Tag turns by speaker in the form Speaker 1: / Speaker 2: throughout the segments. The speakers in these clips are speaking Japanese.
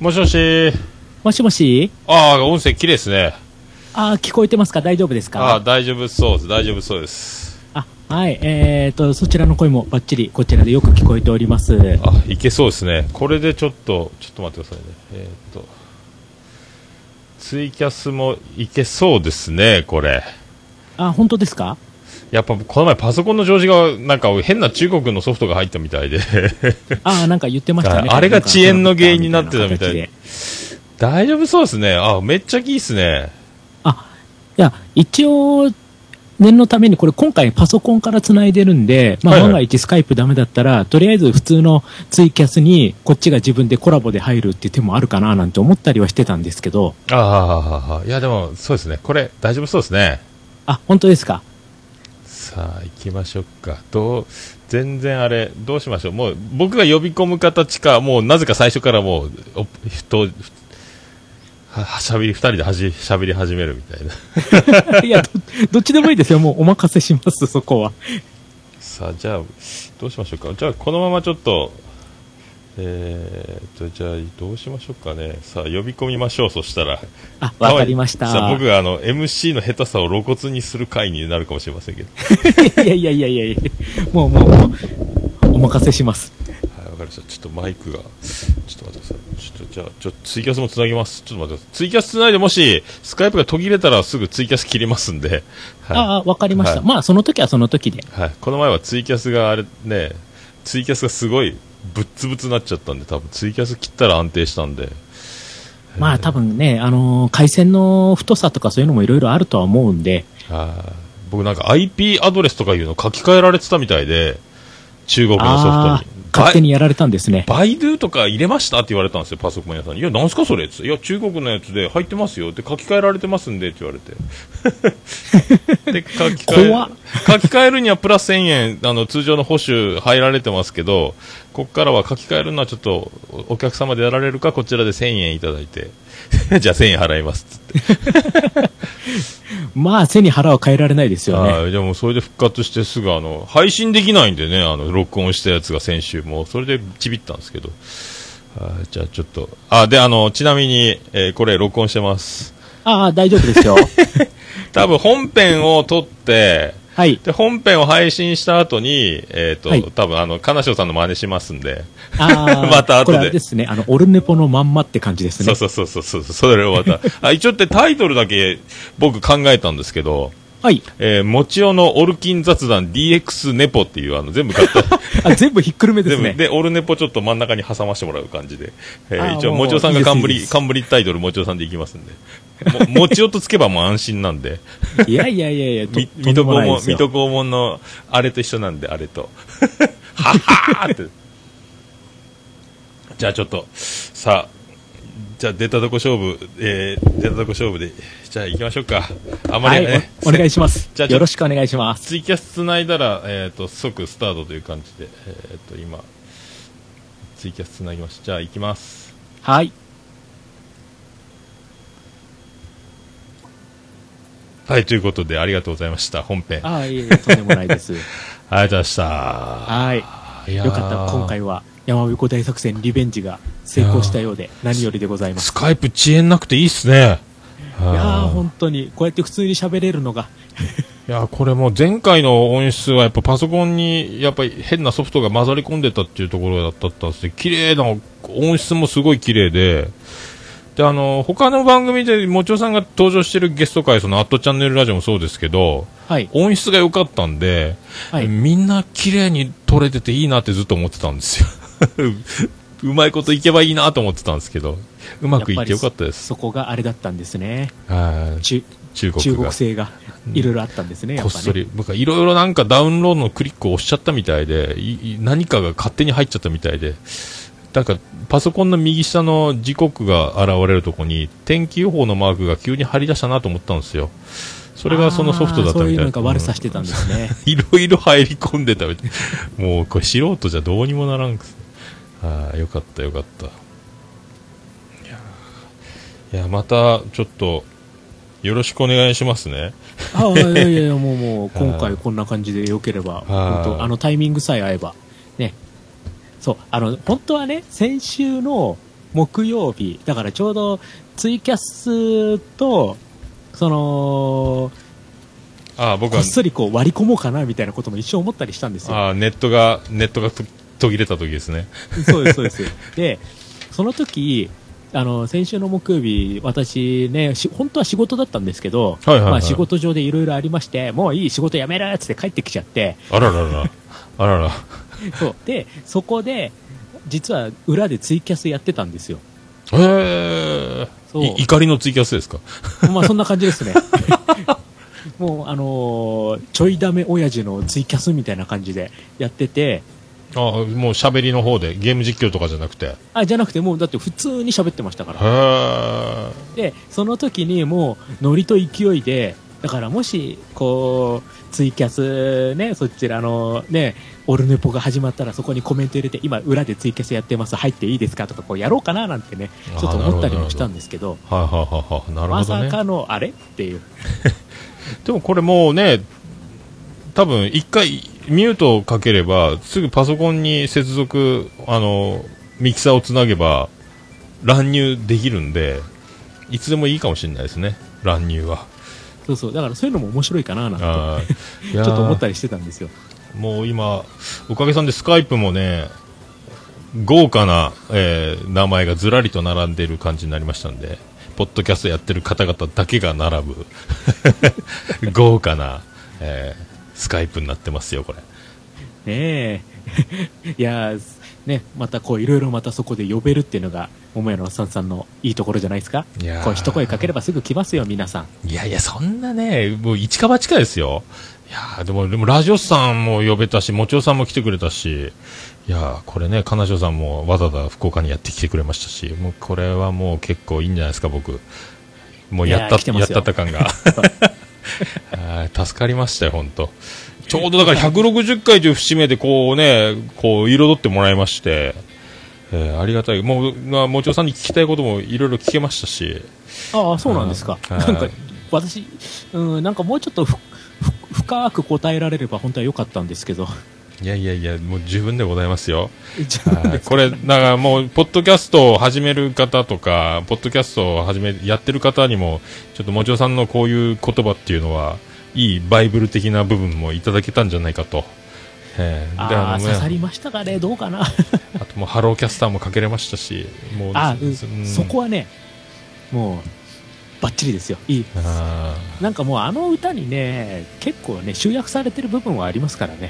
Speaker 1: もしもし。
Speaker 2: もしもし
Speaker 1: ああ、音声綺麗ですね。
Speaker 2: あー聞こえてますか大丈夫です
Speaker 1: ああ、
Speaker 2: か
Speaker 1: 大丈夫そうです。大丈夫そうです。
Speaker 2: あはい。えーと、そちらの声もバッチリこちらでよく聞こえております。
Speaker 1: あ、いけそうですね。これでちょっと、ちょっと待ってくださいね。えーっと、ツイキャスもいけそうですね、これ。
Speaker 2: あ、本当で すか
Speaker 1: やっぱこの前パソコンの調子がなんか変な中国のソフトが入ったみたいで
Speaker 2: あーなんか言ってましたね。
Speaker 1: ああれが遅延の原因になってたみたい
Speaker 2: で。
Speaker 1: 大丈夫そうですねあめっちゃいいですね
Speaker 2: あ、いや、一応、念のためにこれ今回パソコンから繋いでるんで、まあ、
Speaker 1: はいはい
Speaker 2: 万が一スカイプダメだったら、とりあえず普通のツイキャスにこっちが自分でコラボで入るっていう手もあるかななんて思ったりはしてたんですけど、
Speaker 1: ああいやでもそうですねこれ大丈夫そうですね
Speaker 2: あ、本当ですか
Speaker 1: さあ行きましょうかどう全然あれどうしましょうもう僕が呼び込む形かもうなぜか最初からもうおふとふははしゃべり2人ではじしゃべり始めるみたいな
Speaker 2: いやど、どっちでもいいですよ。もうお任せします、そこは。
Speaker 1: さあじゃあどうしましょうかじゃあこのままちょっとえー、っとじゃあどうしましょうかねさあ呼び込みましょうそしたら
Speaker 2: あ、わかりました。
Speaker 1: さあ僕があの MC の下手さを露骨にする回になるかもしれませんけど
Speaker 2: いやいやいやいやいやもうもうもう、お任せします。
Speaker 1: はい、わかりました。ちょっとマイクが、ちょっと待ってください。ちょっと、じゃあ、ちょっとツイキャスもつなぎます。ちょっと待ってください。ツイキャスつないで、もし、スカイプが途切れたらすぐツイキャス切りますんで。はい。
Speaker 2: ああ、わかりました。
Speaker 1: はい
Speaker 2: まあ、その時はその時で。
Speaker 1: はい。この前はツイキャスがあれ、ね、ツイキャスがすごい、ぶっつぶつになっちゃったんで、多分ツイキャス切ったら安定したんで。
Speaker 2: まあ、多分ね、あのー回線の太さとかそういうのもいろいろあるとは思うんで、
Speaker 1: はい。僕なんか IP アドレスとかいうの書き換えられてたみたいで、中国のソ
Speaker 2: あ
Speaker 1: フトに
Speaker 2: あ。勝手にやられたんですね。
Speaker 1: バイドゥとか入れましたって言われたんですよ、パソコン屋さんに。いや、なんすかそれっつっていや、中国のやつで入ってますよって書き換えられてますんでって言われ て。で、書き換
Speaker 2: 怖っ
Speaker 1: え、書き換えるにはプラス1000円、あの、通常の保守入られてますけど、こっからは書き換えるのはちょっとおお客様でやられるか、こちらで1000円いただいて、 じゃあ1000円払いますっつって。
Speaker 2: まあ、背に腹は変えられないですよね。
Speaker 1: はい。でもそれで復活してすぐ、あの、配信できないんでね、あの、録音したやつが先週も、それでちびったんですけど。はいじゃあちょっと。あ、で、あの、ちなみに、えーこれ、録音してます。
Speaker 2: ああ、大丈夫で すよ。
Speaker 1: 多分、本編を撮って、
Speaker 2: はい。
Speaker 1: で、本編を配信した後に、えっ、と、
Speaker 2: はい
Speaker 1: 多分、あの、金城さんの真似しますんで、
Speaker 2: ああ、
Speaker 1: また後で
Speaker 2: これあれですね、あの、オルネポのまんまって感じです
Speaker 1: そ
Speaker 2: ね
Speaker 1: う。そうそうそうそう、それをまた。 あ、一応ってタイトルだけ僕考えたんですけど、
Speaker 2: はい。
Speaker 1: えー、もちおのオルキン雑談 DX ネポっていう、あの、全部買った、
Speaker 2: あ、全部ひっくるめで
Speaker 1: です も
Speaker 2: ね。
Speaker 1: で、オルネポちょっと真ん中に挟ましてもらう感じで、え
Speaker 2: あ
Speaker 1: ー
Speaker 2: ー
Speaker 1: 一応、
Speaker 2: もう
Speaker 1: もちおさんが
Speaker 2: いい
Speaker 1: 冠
Speaker 2: です
Speaker 1: 冠タイトル、もちおさんでいきますんで、ももちおとつけばもう 安心なんで、
Speaker 2: いやいやいやいや、と
Speaker 1: み水戸
Speaker 2: とんでも
Speaker 1: 黄
Speaker 2: ないで
Speaker 1: 門
Speaker 2: す
Speaker 1: 水
Speaker 2: よ
Speaker 1: 戸黄門のあれと一緒なんで、あれと、 はっはーって、じゃあちょっと、さあ、じゃあ出たとこ勝負、えー、出たとこ勝負で、じゃあ行きましょうか、あんま
Speaker 2: は
Speaker 1: り
Speaker 2: い
Speaker 1: ね、
Speaker 2: おお願いします
Speaker 1: じゃあ。ちょ
Speaker 2: よろしくお願いします。
Speaker 1: ツイキャス繋いだら、えー、と即スタートという感じで、えー、と今ツイキャス繋ぎましたじゃあ行きます
Speaker 2: はい。
Speaker 1: はいということでありがとうございました本編あ
Speaker 2: ああ、いえいえ、とんでもないです。
Speaker 1: りがとうございました
Speaker 2: はい
Speaker 1: や
Speaker 2: い。
Speaker 1: ー
Speaker 2: よかった。今回は、山彦大作戦リベンジが成功したようで、何よりでございます。
Speaker 1: スカイプ遅延なくていいっすねい
Speaker 2: いやー、
Speaker 1: や
Speaker 2: 本当に、こうやって普通に喋れるのが、
Speaker 1: いやーこれもう前回の音質はやっぱパソコンにやっぱり変なソフトが混ざり込んでたっていうところだったったんですけど綺麗な音質もすごい綺麗でであの他の番組でもちおさんが登場してるゲスト会その「アットチャンネルラジオ」もそうですけど
Speaker 2: はい。
Speaker 1: 音質が良かったんで、
Speaker 2: はい
Speaker 1: みんな綺麗に撮れてていいなってずっと思ってたんですよ うまいこといけばいいなと思ってたんですけどうまくいってよかったです
Speaker 2: そこがあれだったんですね。
Speaker 1: はい
Speaker 2: 中
Speaker 1: 中国
Speaker 2: 中
Speaker 1: が
Speaker 2: 国製が、いろいろあったんですね、や
Speaker 1: こっ
Speaker 2: っぱ
Speaker 1: そ
Speaker 2: ね。
Speaker 1: り、僕はいろいろなんかダウンロードのクリックを押しちゃったみたいで、いい何かが勝手に入っちゃったみたいで、なんかパソコンの右下の時刻が現れるとこに、天気予報のマークが急に張り出したなと思ったんですよ。それがそのソフトだった
Speaker 2: あーそうい
Speaker 1: み
Speaker 2: う
Speaker 1: たいな。
Speaker 2: のが悪さしてたんですね。
Speaker 1: いろいろ入り込んでたみたいな。もうこれ素人じゃどうにもならんくす。ああ、よかったよかった。いやー、いやまたちょっと、よろしくお願いしますね。
Speaker 2: ああ、いやいやいや、もうもう、今回こんな感じで良ければ、本当あのタイミングさえ合えば、ね。そう、あの、本当はね、先週の、木曜日、だからちょうどツイキャスと、その、
Speaker 1: ああ、僕
Speaker 2: こ
Speaker 1: は
Speaker 2: っ、そりこう割り込もうかなみたいなことも一瞬思ったりしたんですよ。
Speaker 1: ああ、ネットが、ネットがと途切れた時ですね。
Speaker 2: そうです、そうです。で、その時、あの、先週の木曜日、私ね、し本当は仕事だったんですけど、
Speaker 1: はいはいはい
Speaker 2: まあ仕事上でいろいろありまして、もういい仕事辞めるっつって帰ってきちゃって、
Speaker 1: あらららら。あらら。
Speaker 2: そう。で、そこで、実は裏でツイキャスやってたんですよ。
Speaker 1: へえ。
Speaker 2: そう
Speaker 1: い怒りのツイキャスですか
Speaker 2: まあそんな感じですね。 もうあのーちょいダメ親父のツイキャスみたいな感じでやってて、
Speaker 1: ああ、もう喋りの方で、ゲーム実況とかじゃなくて。へ
Speaker 2: あ、じゃなくてもうだって普通に喋ってましたから。
Speaker 1: え。
Speaker 2: でその時にもうノリと勢いでだからもしこうツイキャスねそちらのねオルネポが始まったらそこにコメント入れて今裏でツイキャスやってます入っていいですかとかこうやろうかななんてね
Speaker 1: あー
Speaker 2: ちょっと思ったりもしたんですけど
Speaker 1: はいはいはいはい。なる
Speaker 2: ま
Speaker 1: ほど
Speaker 2: さ
Speaker 1: ね。
Speaker 2: かのあれっていう
Speaker 1: でもこれもうね、多分一回ミュートをかければ、すぐパソコンに接続、あの、ミキサーをつなげば、乱入できるんで、いつでもいいかもしれないですね、乱入は。
Speaker 2: そうそうだからそういうのも面白いかななんて
Speaker 1: あーい
Speaker 2: ちょ
Speaker 1: や
Speaker 2: っ
Speaker 1: ー
Speaker 2: と思ったりしてたんですよ
Speaker 1: もう今、おかげさんでスカイプもね、豪華な、えー名前がずらりと並んでいる感じになりましたんで、ポッドキャストやってる方々だけが並ぶ、 豪華な、えースカイプになってますよ、これ。
Speaker 2: ねえ いやーね、またこういろいろまたそこで呼べるっていうのが桃屋のおっさんさんのいいところじゃないですか
Speaker 1: いやー
Speaker 2: こう一声かければすぐ来ますよ皆さん
Speaker 1: いやいや、そんなね、もう一か八かですよ。いやーでも、でも、ラジオスさんも呼べたし、もちおさんも来てくれたし、いやーこれね、彼女さんもわざわざ福岡にやってきてくれましたし、もうこれはもう結構いいんじゃないですか、僕。もうやっ
Speaker 2: いや
Speaker 1: た
Speaker 2: ー来、て
Speaker 1: や
Speaker 2: ま
Speaker 1: っ
Speaker 2: す
Speaker 1: た
Speaker 2: よ
Speaker 1: った感 が。あー助かりましたよ、本当ちょうどだから160回という節目でこうね、こう彩ってもらいまして、えーありがたい。もう、まあもちおさんに聞きたいこともいろいろ聞けましたし、
Speaker 2: ああ、そうなんですか。
Speaker 1: うん
Speaker 2: なん
Speaker 1: は
Speaker 2: か
Speaker 1: い、
Speaker 2: 私、うん、なんかもうちょっとふふ深く答えられれば本当は良かったんですけど。
Speaker 1: いやいやいや、もう十分でございますよ。
Speaker 2: じゃあ
Speaker 1: はいこれ、だからもう、ポッドキャストを始める方とか、ポッドキャストを始め、やってる方にも、ちょっともちおさんのこういう言葉っていうのは、いいバイブル的な部分もいただけたんじゃないかと。ええで
Speaker 2: あ
Speaker 1: の
Speaker 2: あ、
Speaker 1: ね
Speaker 2: 刺さりましたかねどうかな
Speaker 1: あともう、ハローキャスターもかけれましたし、もう、
Speaker 2: あ、う、
Speaker 1: うん
Speaker 2: そこはね、もう、バッチリですよ。いい。
Speaker 1: あー
Speaker 2: なんかもうあの歌にね、結構ね、集約されてる部分はありますからね。
Speaker 1: うん、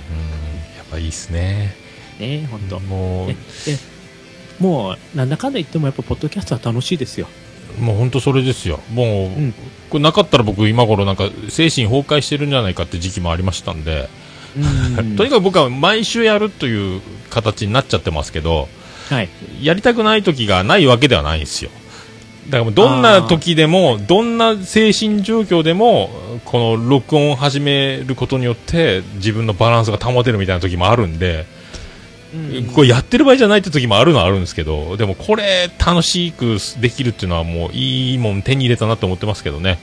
Speaker 1: やっぱいいっすね。
Speaker 2: ね本当。
Speaker 1: も
Speaker 2: ねでもう、なんだかんだ言ってもやっぱ、ポッドキャストは楽しいですよ。
Speaker 1: う、もう本当それですよ。もう、
Speaker 2: うん。
Speaker 1: これなかったら僕今頃なんか精神崩壊してるんじゃないかって時期もありましたんで、
Speaker 2: う ん
Speaker 1: とにかく僕は毎週やるという形になっちゃってますけど、
Speaker 2: はい。
Speaker 1: やりたくない時がないわけではないんですよ。だからもうどんな時でも、どんな精神状況でも、この録音を始めることによって、自分のバランスが保てるみたいな時もあるんで、
Speaker 2: うん
Speaker 1: これやってる場合じゃないって時もあるのはあるんですけど、でもこれ楽しくできるっていうのはもういいもん手に入れたなと思ってますけどね。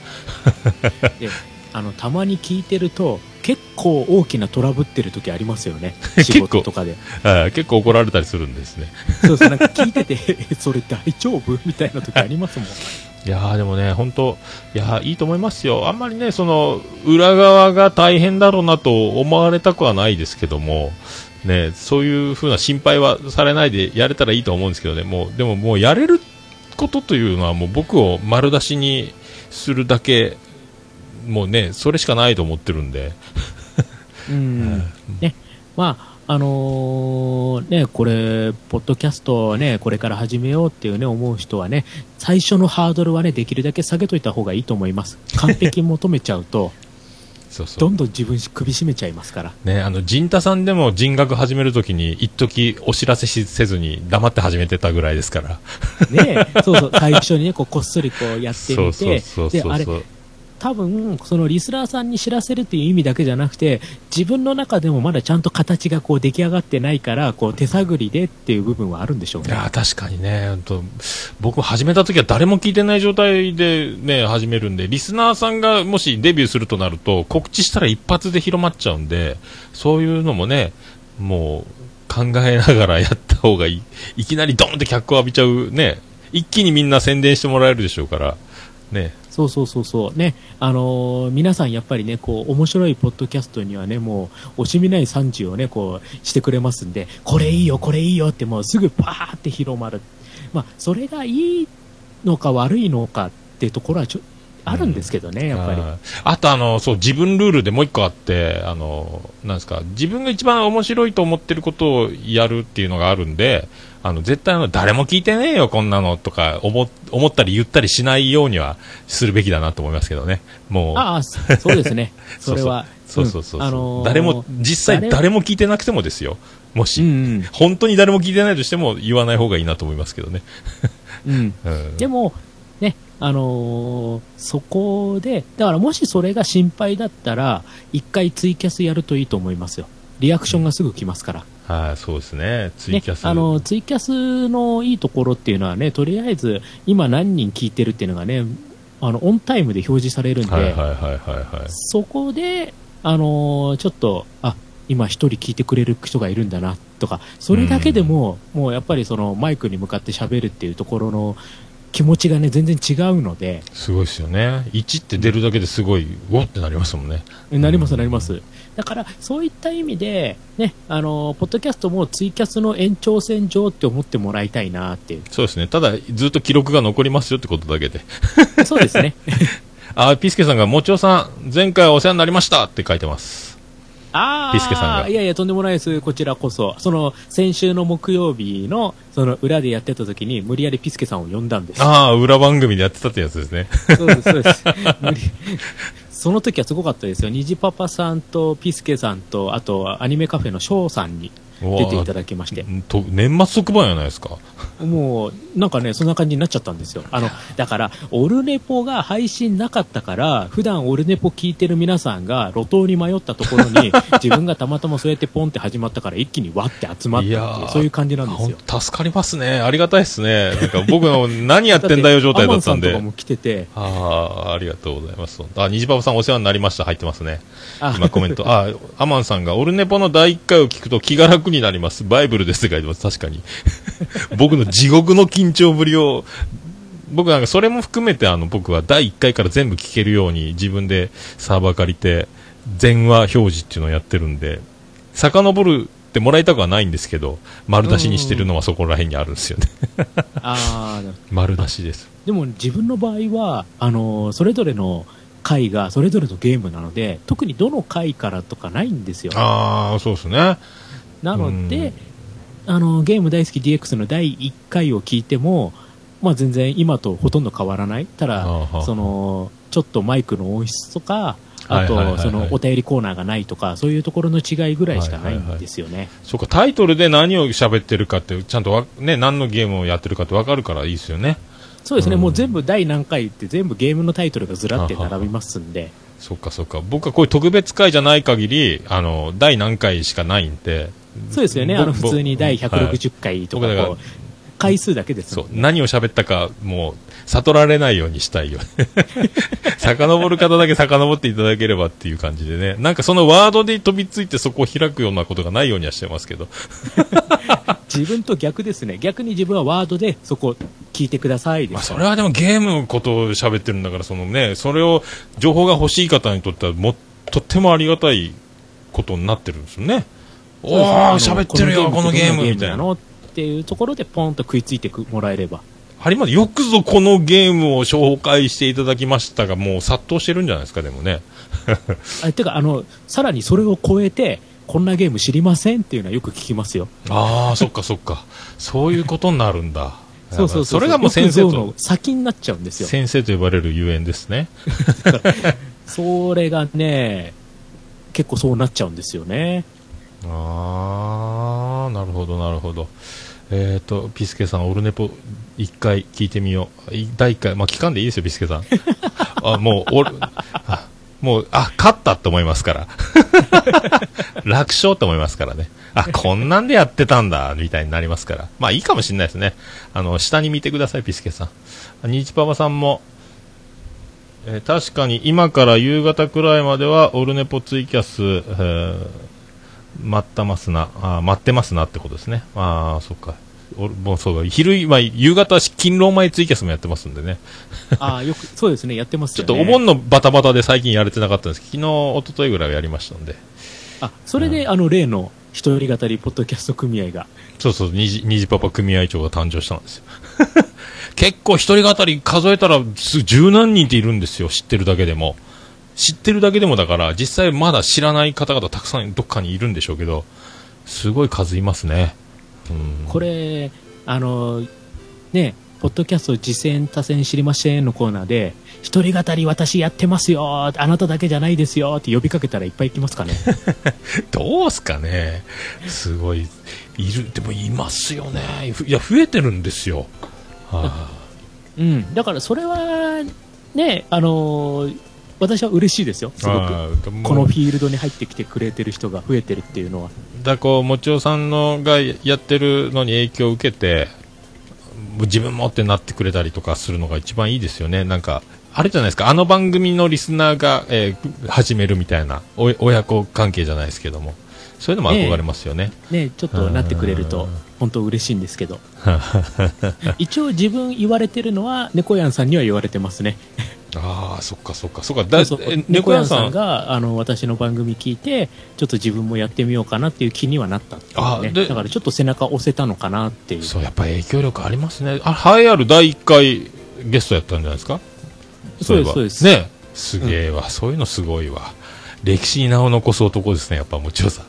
Speaker 2: であのたまに聞いてると結構大きなトラブってる時ありますよ ね仕事とかで
Speaker 1: えー結構怒られたりするんですね。
Speaker 2: そうそうなんか聞いてて えそれ大丈夫みたいな時ありますもん
Speaker 1: いやーでもね、本当いやーいいと思いますよ。あんまりね、その、裏側が大変だろうなと思われたくはないですけども、ね、そういう風な心配はされないでやれたらいいと思うんですけどね、もう、でももうやれることというのはもう僕を丸出しにするだけ、もうね、それしかないと思ってるんで、
Speaker 2: うんねまああのーねこれポッドキャストをねこれから始めようっていうね思う人はね最初のハードルはねできるだけ下げといた方がいいと思います完璧求めちゃうと
Speaker 1: そう そう
Speaker 2: ど。んどん自分首絞めちゃいます から
Speaker 1: ね、あの、陣太さんでも人学始めるときに、一時お知らせしせずに黙って始めてたぐらいですから。
Speaker 2: ねそうそう最初にねこうこっそりこうやって
Speaker 1: そう
Speaker 2: み
Speaker 1: そう
Speaker 2: て
Speaker 1: そう
Speaker 2: で
Speaker 1: そ
Speaker 2: あ
Speaker 1: う
Speaker 2: れ
Speaker 1: そう。
Speaker 2: 多分そのリスナーさんに知らせるっていう意味だけじゃなくて自分の中でもまだちゃんと形がこう出来上がってないからこう手探りでっていう部分はあるんでしょう
Speaker 1: い
Speaker 2: ね
Speaker 1: やー確かにね、ほんと僕、始めた時は誰も聞いてない状態で、ね、始めるんで、リスナーさんがもしデビューするとなると、告知したら一発で広まっちゃうんで、そういうのもね、もう考えながらやった方がいい、いきなりドーンって脚光浴びちゃうね、一気にみんな宣伝してもらえるでしょうから、ね、
Speaker 2: そうそうそうそう。ね、あのー皆さんやっぱりね、こう、面白いポッドキャストにはね、もう、惜しみない賛辞をね、こう、してくれますんで、これいいよ、これいいよって、もうすぐパーって広まる。まあ、それがいいのか悪いのかっていうところはちょ、あるんですけどね、やっぱり。
Speaker 1: あーあとあのそう自分ルールでもう一個あってあのなんですか自分が一番面白いと思ってることをやるっていうのがあるんであの絶対あの誰も聞いてねえよこんなのとか思思ったり言ったりしないようにはするべきだなと思いますけどねもう
Speaker 2: ああ、そそうですね。それは。
Speaker 1: そうそうそうそう、
Speaker 2: んあのー
Speaker 1: 誰も実際誰も聞いてなくてもですよもし、
Speaker 2: うんうん、
Speaker 1: 本当に誰も聞いてないとしても言わない方がいいなと思いますけどね、
Speaker 2: うん。
Speaker 1: うん、
Speaker 2: でも、ね、あのーそこで、だからもしそれが心配だったら、一回ツイキャスやるといいと思いますよ。リアクションがすぐ来ますから。
Speaker 1: はいそうですねツイ
Speaker 2: ね
Speaker 1: キャ、ス、
Speaker 2: あのーツイキャスのいいところっていうのはね、とりあえず、今何人聞いてるっていうのがね、あの、オンタイムで表示されるんで、
Speaker 1: はいはいはいはいはい
Speaker 2: そこで、あのーちょっと、あ、今一人聞いてくれる人がいるんだな、とか、それだけでも、もうやっぱりそのマイクに向かって喋るっていうところの気持ちがね、全然違うので、
Speaker 1: すごいですよね1って出るだけですごいおってなりますもんね
Speaker 2: なります、なります。だから、そういった意味で、ね、あのー、ポッドキャストもツイキャスの延長線上って思ってもらいたいなってい
Speaker 1: そうですねただずっと記録が残りますよってことだけで
Speaker 2: う。そうで すね。
Speaker 1: あピスケさんが「もちおさん前回お世話になりました」って書いてます
Speaker 2: ああ。
Speaker 1: ビスケさんが
Speaker 2: いやいや、とんでもないです。こちらこそ。その、先週の木曜日の、その、裏でやってた時に、無理やりピスケさんを呼んだんです。
Speaker 1: ああ裏番組でやってたってやつですね
Speaker 2: そうです、そうです。無理その時はすごかったですよ。虹パパさんと、ピスケさんと、あと、アニメカフェのショウさんに出ていただきまして。
Speaker 1: と年末特番やないですか
Speaker 2: もう、なんかね、そんな感じになっちゃったんですよ。あの、だから、オルネポが配信なかったから、普段オルネポ聞いてる皆さんが路頭に迷ったところ に、自分がたまたまそうやってポンって始まったから、一気にわって集まったってい
Speaker 1: いやー
Speaker 2: う、そういう感じなんです
Speaker 1: 本
Speaker 2: よ。
Speaker 1: 当助かりますねありがたいですねなんか僕の何やってんだよ状態だったん
Speaker 2: アマンさんと
Speaker 1: で
Speaker 2: かも来てて、
Speaker 1: ああありがとうございますあ虹パパさんお世話になりました入ってますね
Speaker 2: あ
Speaker 1: 今コメント。あ、アマンさんが、オルネポの第1回を聞くと気が楽になります。バイブルですって書いてます。確かに。 僕の地獄の緊張ぶりを、僕なんかそれも含めて、あの、僕は第1回から全部聞けるように自分でサーバー借りて、全話表示っていうのをやってるんで、遡るってもらいたくはないんですけど、丸出しにしてるのはそこら辺にあるんですよね。
Speaker 2: あー
Speaker 1: 丸出しです。
Speaker 2: でも自分の場合は、あのーそれぞれの回がそれぞれのゲームなので、特にどの回からとかないんですよ。
Speaker 1: ああ、そうですね。
Speaker 2: なので、あのゲーム大好き DX の第1回を聞いても、まあ、全然今とほとんど変わらない、ただ
Speaker 1: ああ
Speaker 2: そのちょっとマイクの音質とか、あ
Speaker 1: はいはいはい
Speaker 2: と
Speaker 1: はい
Speaker 2: そのお便りコーナーがないとか、そういうところの違いぐらいしかないんですよね。
Speaker 1: そうか、タイトルで何を喋ってるかって、ちゃんとわ、ね、何のゲームをやってるかってわかるからいいですよね。
Speaker 2: そうですね、
Speaker 1: うん
Speaker 2: もう全部第何回って、全部ゲームのタイトルがずらって並びますんで、
Speaker 1: そっかそっか。僕はこういう特別会じゃない限り、あの、第何回しかないんで、
Speaker 2: そうですよね、
Speaker 1: ぼ
Speaker 2: あの普通に第
Speaker 1: はい
Speaker 2: 160回とか
Speaker 1: 僕だから
Speaker 2: こう、回数だけです
Speaker 1: そう
Speaker 2: も、んね。
Speaker 1: 何を喋ったか、もう、悟られないようにしたい よね。遡る方だけ遡っていただければっていう感じでね。なんかそのワードで飛びついてそこを開くようなことがないようにはしてますけど。
Speaker 2: 自分と逆ですね、逆に自分はワードでそこ、聞いてくださいです
Speaker 1: まあ、
Speaker 2: か
Speaker 1: そ
Speaker 2: ら
Speaker 1: れはでもゲームのことを喋ってるんだから、そのね、それを、情報が欲しい方にとっては、も、とってもありがたいことになってるんですよね。おおー、喋ってるよ、このゲーム、みたいな。
Speaker 2: のっていうところでポンと食いついてくもらえれば。
Speaker 1: 張本、よくぞこのゲームを紹介していただきましたが、もう殺到してるんじゃないですか、でもね。
Speaker 2: あてか、あの、さらにそれを超えて、こんなゲーム知りませんっていうのはよく聞きま すよ。
Speaker 1: ああ、そっかそっか。そういうことになるん だ。
Speaker 2: そうそうそう。
Speaker 1: れがもう先生
Speaker 2: よくゾウ
Speaker 1: と
Speaker 2: の、先になっちゃうんですよ。
Speaker 1: 先生と呼ばれるゆえんですね。
Speaker 2: それがね、結構そうなっちゃうんですよね。
Speaker 1: ああなるほどなるほどえっ、とピスケさんオルネポ一回聞いてみようい第一回まあ聞かんでいいですよピスケさんあもうオルあもうあ勝ったって思いますから 楽勝って思いますからねあこんなんでやってたんだみたいになりますからまあいいかもしれないですねあの下に見てくださいピスケさんニーチパパさんもえー確かに今から夕方くらいまではオルネポツイキャス、えー待ったますな、あー待ってますなってことですね。ああ、そっか。おもうそうだ昼今夕方勤労前ツイキャスもやってますんでね
Speaker 2: ああ、よく、そうですね、やってます
Speaker 1: ちょ
Speaker 2: よ
Speaker 1: っ
Speaker 2: ね。
Speaker 1: とお盆のバタバタで最近やれてなかったんですけど昨日一昨日ぐらいはやりましたんで
Speaker 2: あ、それで、あの、例の、一人語りポッドキャスト組合が。
Speaker 1: そうそう虹虹パパ組合長が誕生したんですよ結構一人語り数えたらす十何人っているんですよ知ってるだけでも知ってるだけでもだから実際まだ知らない方々たくさんどっかにいるんでしょうけどすごい数いますね、うん、
Speaker 2: これ、あの、ね、ポッドキャスト実践多戦知りませんのコーナーで、一人語り私やってますよあなただけじゃないですよって呼びかけたらいっぱい来ます かね。
Speaker 1: どうすかね、すごい、いる、でもいますよね、ふいや、増えてるんですよ、は
Speaker 2: うん。だからそれは、ね、あの、私は嬉しいですよ、
Speaker 1: い
Speaker 2: すごく。
Speaker 1: あーもう
Speaker 2: このフィールドに入ってきてくれてる人が増えてるっていうのは。
Speaker 1: だこう、もちおさんのがやってるのに影響を受けて、もう自分もってなってくれたりとかするのが一番いいですよね、なんか、あれじゃないですか、あの番組のリスナーが、えー始めるみたいなお、親子関係じゃないですけども、そういうのも憧れますよね。
Speaker 2: ね、ちょっとなってくれる
Speaker 1: う
Speaker 2: と
Speaker 1: ん、
Speaker 2: 本当嬉しいんで すけど。一応自分言われてるのは、猫やんさんには言われてますね。
Speaker 1: ああ、そっかそっか、そっか、だ
Speaker 2: そうそう
Speaker 1: え
Speaker 2: 猫
Speaker 1: 猫
Speaker 2: や
Speaker 1: 屋
Speaker 2: ん
Speaker 1: さ
Speaker 2: さ
Speaker 1: ん
Speaker 2: んがあの私の番組聞いてちょっと自分もやってみようかなっていう気にはなったっていう
Speaker 1: あ
Speaker 2: ね
Speaker 1: で
Speaker 2: だからちょっと背中押せたのかなっていう
Speaker 1: そうやっぱ影響力ありますねあ栄えある第1回ゲストやったんじゃないですか
Speaker 2: そう
Speaker 1: いえ
Speaker 2: です
Speaker 1: ば
Speaker 2: そうです
Speaker 1: ねすげえわ、そういうのすごいわ歴史に名を残す男ですねやっぱもちろんさん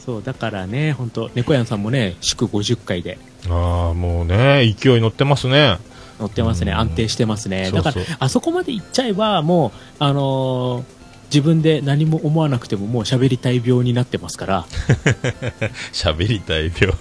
Speaker 2: そうだからね本当猫やんさんもね祝50回で
Speaker 1: ああもうね勢い乗ってますね
Speaker 2: 乗ってますね
Speaker 1: うん
Speaker 2: 安定してますね
Speaker 1: そうそう
Speaker 2: だからあそこまで行っちゃえばもうあのー自分で何も思わなくてももう喋りたい病になってますから
Speaker 1: 喋りたい病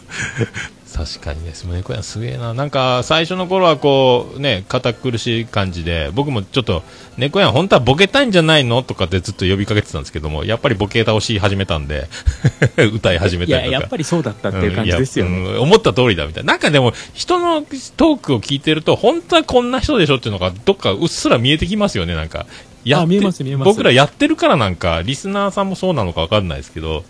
Speaker 1: 確かにねす猫やんすげえななんか最初の頃はこうね堅苦しい感じで僕もちょっと猫やん本当はボケたいんじゃないのとかってずっと呼びかけてたんですけどもやっぱりボケ倒し始めたんで 歌い始め
Speaker 2: い
Speaker 1: たり
Speaker 2: や
Speaker 1: とか
Speaker 2: やっぱりそうだったっていう感じですよね、
Speaker 1: うんいやうん思った通りだみたいな。なんかでも、人のトークを聞いてると、本当はこんな人でしょっていうのが、どっかうっすら見えてきますよね、なんか。って
Speaker 2: あ見えます見えます
Speaker 1: 僕らやってるからなんか、リスナーさんもそうなのかわかんないですけど、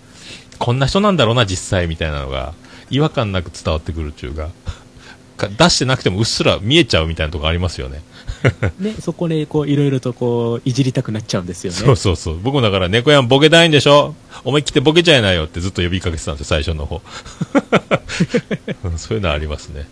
Speaker 1: こんな人なんだろうな、実際みたいなのが、違和感なく伝わってくるっていうか、か出してなくてもうっすら見えちゃうみたいなとこありますよね。
Speaker 2: ね、そこでこういろいろとこういじりたくなっちゃうんですよね
Speaker 1: そうそうそう。僕もだから、猫やんボケたいんでしょ思い切ってボケちゃいなよってずっと呼びかけてたんですよ、最初の方。 うんそういうのありますね。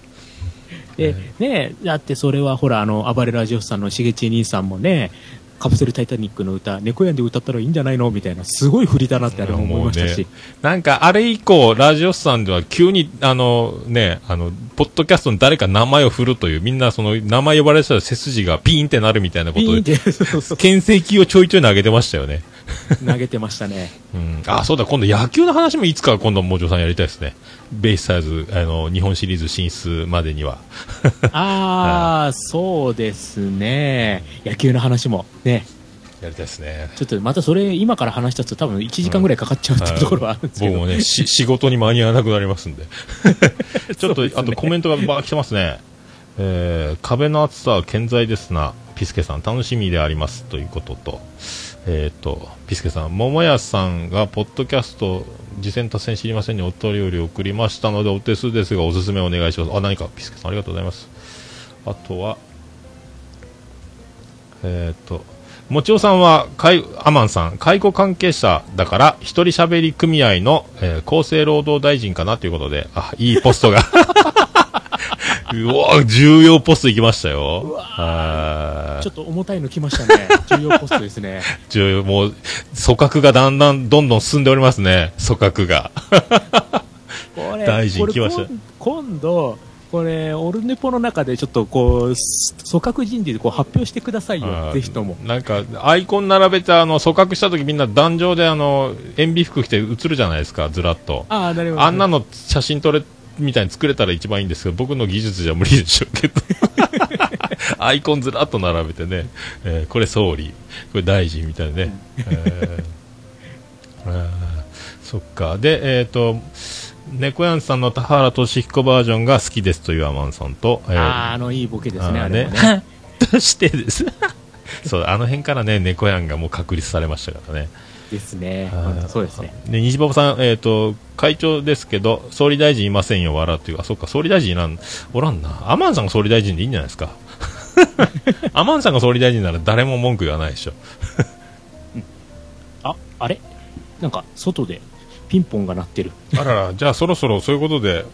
Speaker 2: で、ねだってそれはほら、あの、暴れラジオスさんのしげち兄さんもね、カプセルタイタニックの歌、猫やんで歌ったらいいんじゃないのみたいな、すごい振りだなってあれは思いました
Speaker 1: もう
Speaker 2: し、
Speaker 1: ね、なんかあれ以降、ラジオスさんでは急に、あのね、あの、ポッドキャストに誰か名前を振るという、みんなその名前呼ばれたら背筋がピーンってなるみたいなこ
Speaker 2: ピーン
Speaker 1: と
Speaker 2: っ
Speaker 1: で、
Speaker 2: て、そうそう
Speaker 1: 牽制球をちょいちょい投げてましたよね。
Speaker 2: 投げてまし たね。
Speaker 1: うん。あ、そうだ、今度野球の話もいつか今度、もじょさんやりたいですね。ベイスターズ、あの、日本シリーズ進出までには。
Speaker 2: あー、そうですね。野球の話も。ね。
Speaker 1: やりたいですね。
Speaker 2: ちょっとまたそれ、今から話したと多分1時間ぐらいかかっちゃうっていうところはあるんですけ
Speaker 1: 僕
Speaker 2: ど。
Speaker 1: もね、し 仕事に間に合わなくなりますん で。ちょっと、あとコメントがバー来てますね。えー壁の厚さは健在ですな。ピスケさん、楽しみであります。ということと、えっ、と、ピスケさん、桃屋さんが、ポッドキャスト、次戦達成知りませんにお便りを送りましたので、お手数ですが、おすすめお願いします。あ、何か、ピスケさん、ありがとうございます。あとは、えっ、と、もちおさんは介アマンさん介護関係者だから一人喋り組合の、えー厚生労働大臣かなということであいいポストが うわ重要ポスト行きましたよあー
Speaker 2: ちょっと重たいの来ましたね。重要ポストですね。
Speaker 1: 重要もう組閣がだんだんどんどん進んでおりますね組閣が
Speaker 2: これ
Speaker 1: 大臣来ました
Speaker 2: これ今今度これオルネポの中でちょっとこうす組閣人事でこう発表してください
Speaker 1: あ
Speaker 2: よ
Speaker 1: ー
Speaker 2: ぜひとも
Speaker 1: なんかアイコン並べてあの組閣した時みんな壇上であの塩ビ服着て映るじゃないですかずらっと
Speaker 2: ああなるほど
Speaker 1: あんなの写真撮れみたいに作れたら一番いいんですけど、僕の技術じゃ無理でしょうけど。アイコンずらっと並べてね、えーこれ総理、これ大臣みたいなね。えーあーそっか。で、えっ、と、猫やんさんの田原俊彦バージョンが好きですというアマンさんと、えー
Speaker 2: あーあのいいボケですね
Speaker 1: あ
Speaker 2: あ
Speaker 1: ー
Speaker 2: れ
Speaker 1: ね
Speaker 2: もね
Speaker 1: としてです。そう、あの辺からね、猫やんがもう確立されましたからね。
Speaker 2: ですね。本当そうですね。
Speaker 1: で西馬さん、えっ、と、会長ですけど、総理大臣いませんよ、笑っていうあ、そっか、総理大臣いらん、おらんな。アマンさんが総理大臣でいいんじゃないです か。アマンさんが総理大臣なら誰も文句言わないでしょ。
Speaker 2: あ、あれなんか、外でピンポンが鳴ってる。
Speaker 1: あらら、じゃあそろそろそういうことで、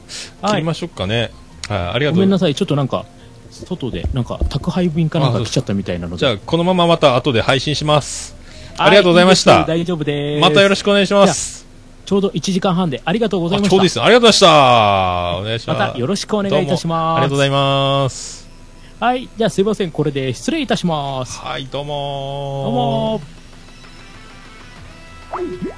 Speaker 1: 切りましょうかね。はい、ありが
Speaker 2: ご
Speaker 1: とうござ
Speaker 2: めん
Speaker 1: いま
Speaker 2: な
Speaker 1: す。
Speaker 2: さい、ちょっとなんか、外で、なんか、宅配便かなんか来ちゃったみたいなので。
Speaker 1: じゃあ、このまままた後で配信します。
Speaker 2: はい
Speaker 1: ありがとうございました
Speaker 2: です大丈夫です。
Speaker 1: またよろしくお願いします。
Speaker 2: ちょうど1時間半でありがとうござい
Speaker 1: あ
Speaker 2: まし
Speaker 1: ち
Speaker 2: た。
Speaker 1: ょうどいいですね。ありがとうございました。お願いします。
Speaker 2: またよろしくお願いいたします。
Speaker 1: どうもありがとうございます。
Speaker 2: はい、じゃあすいません、これで失礼いたします。
Speaker 1: はい、どうもー
Speaker 2: どうもー。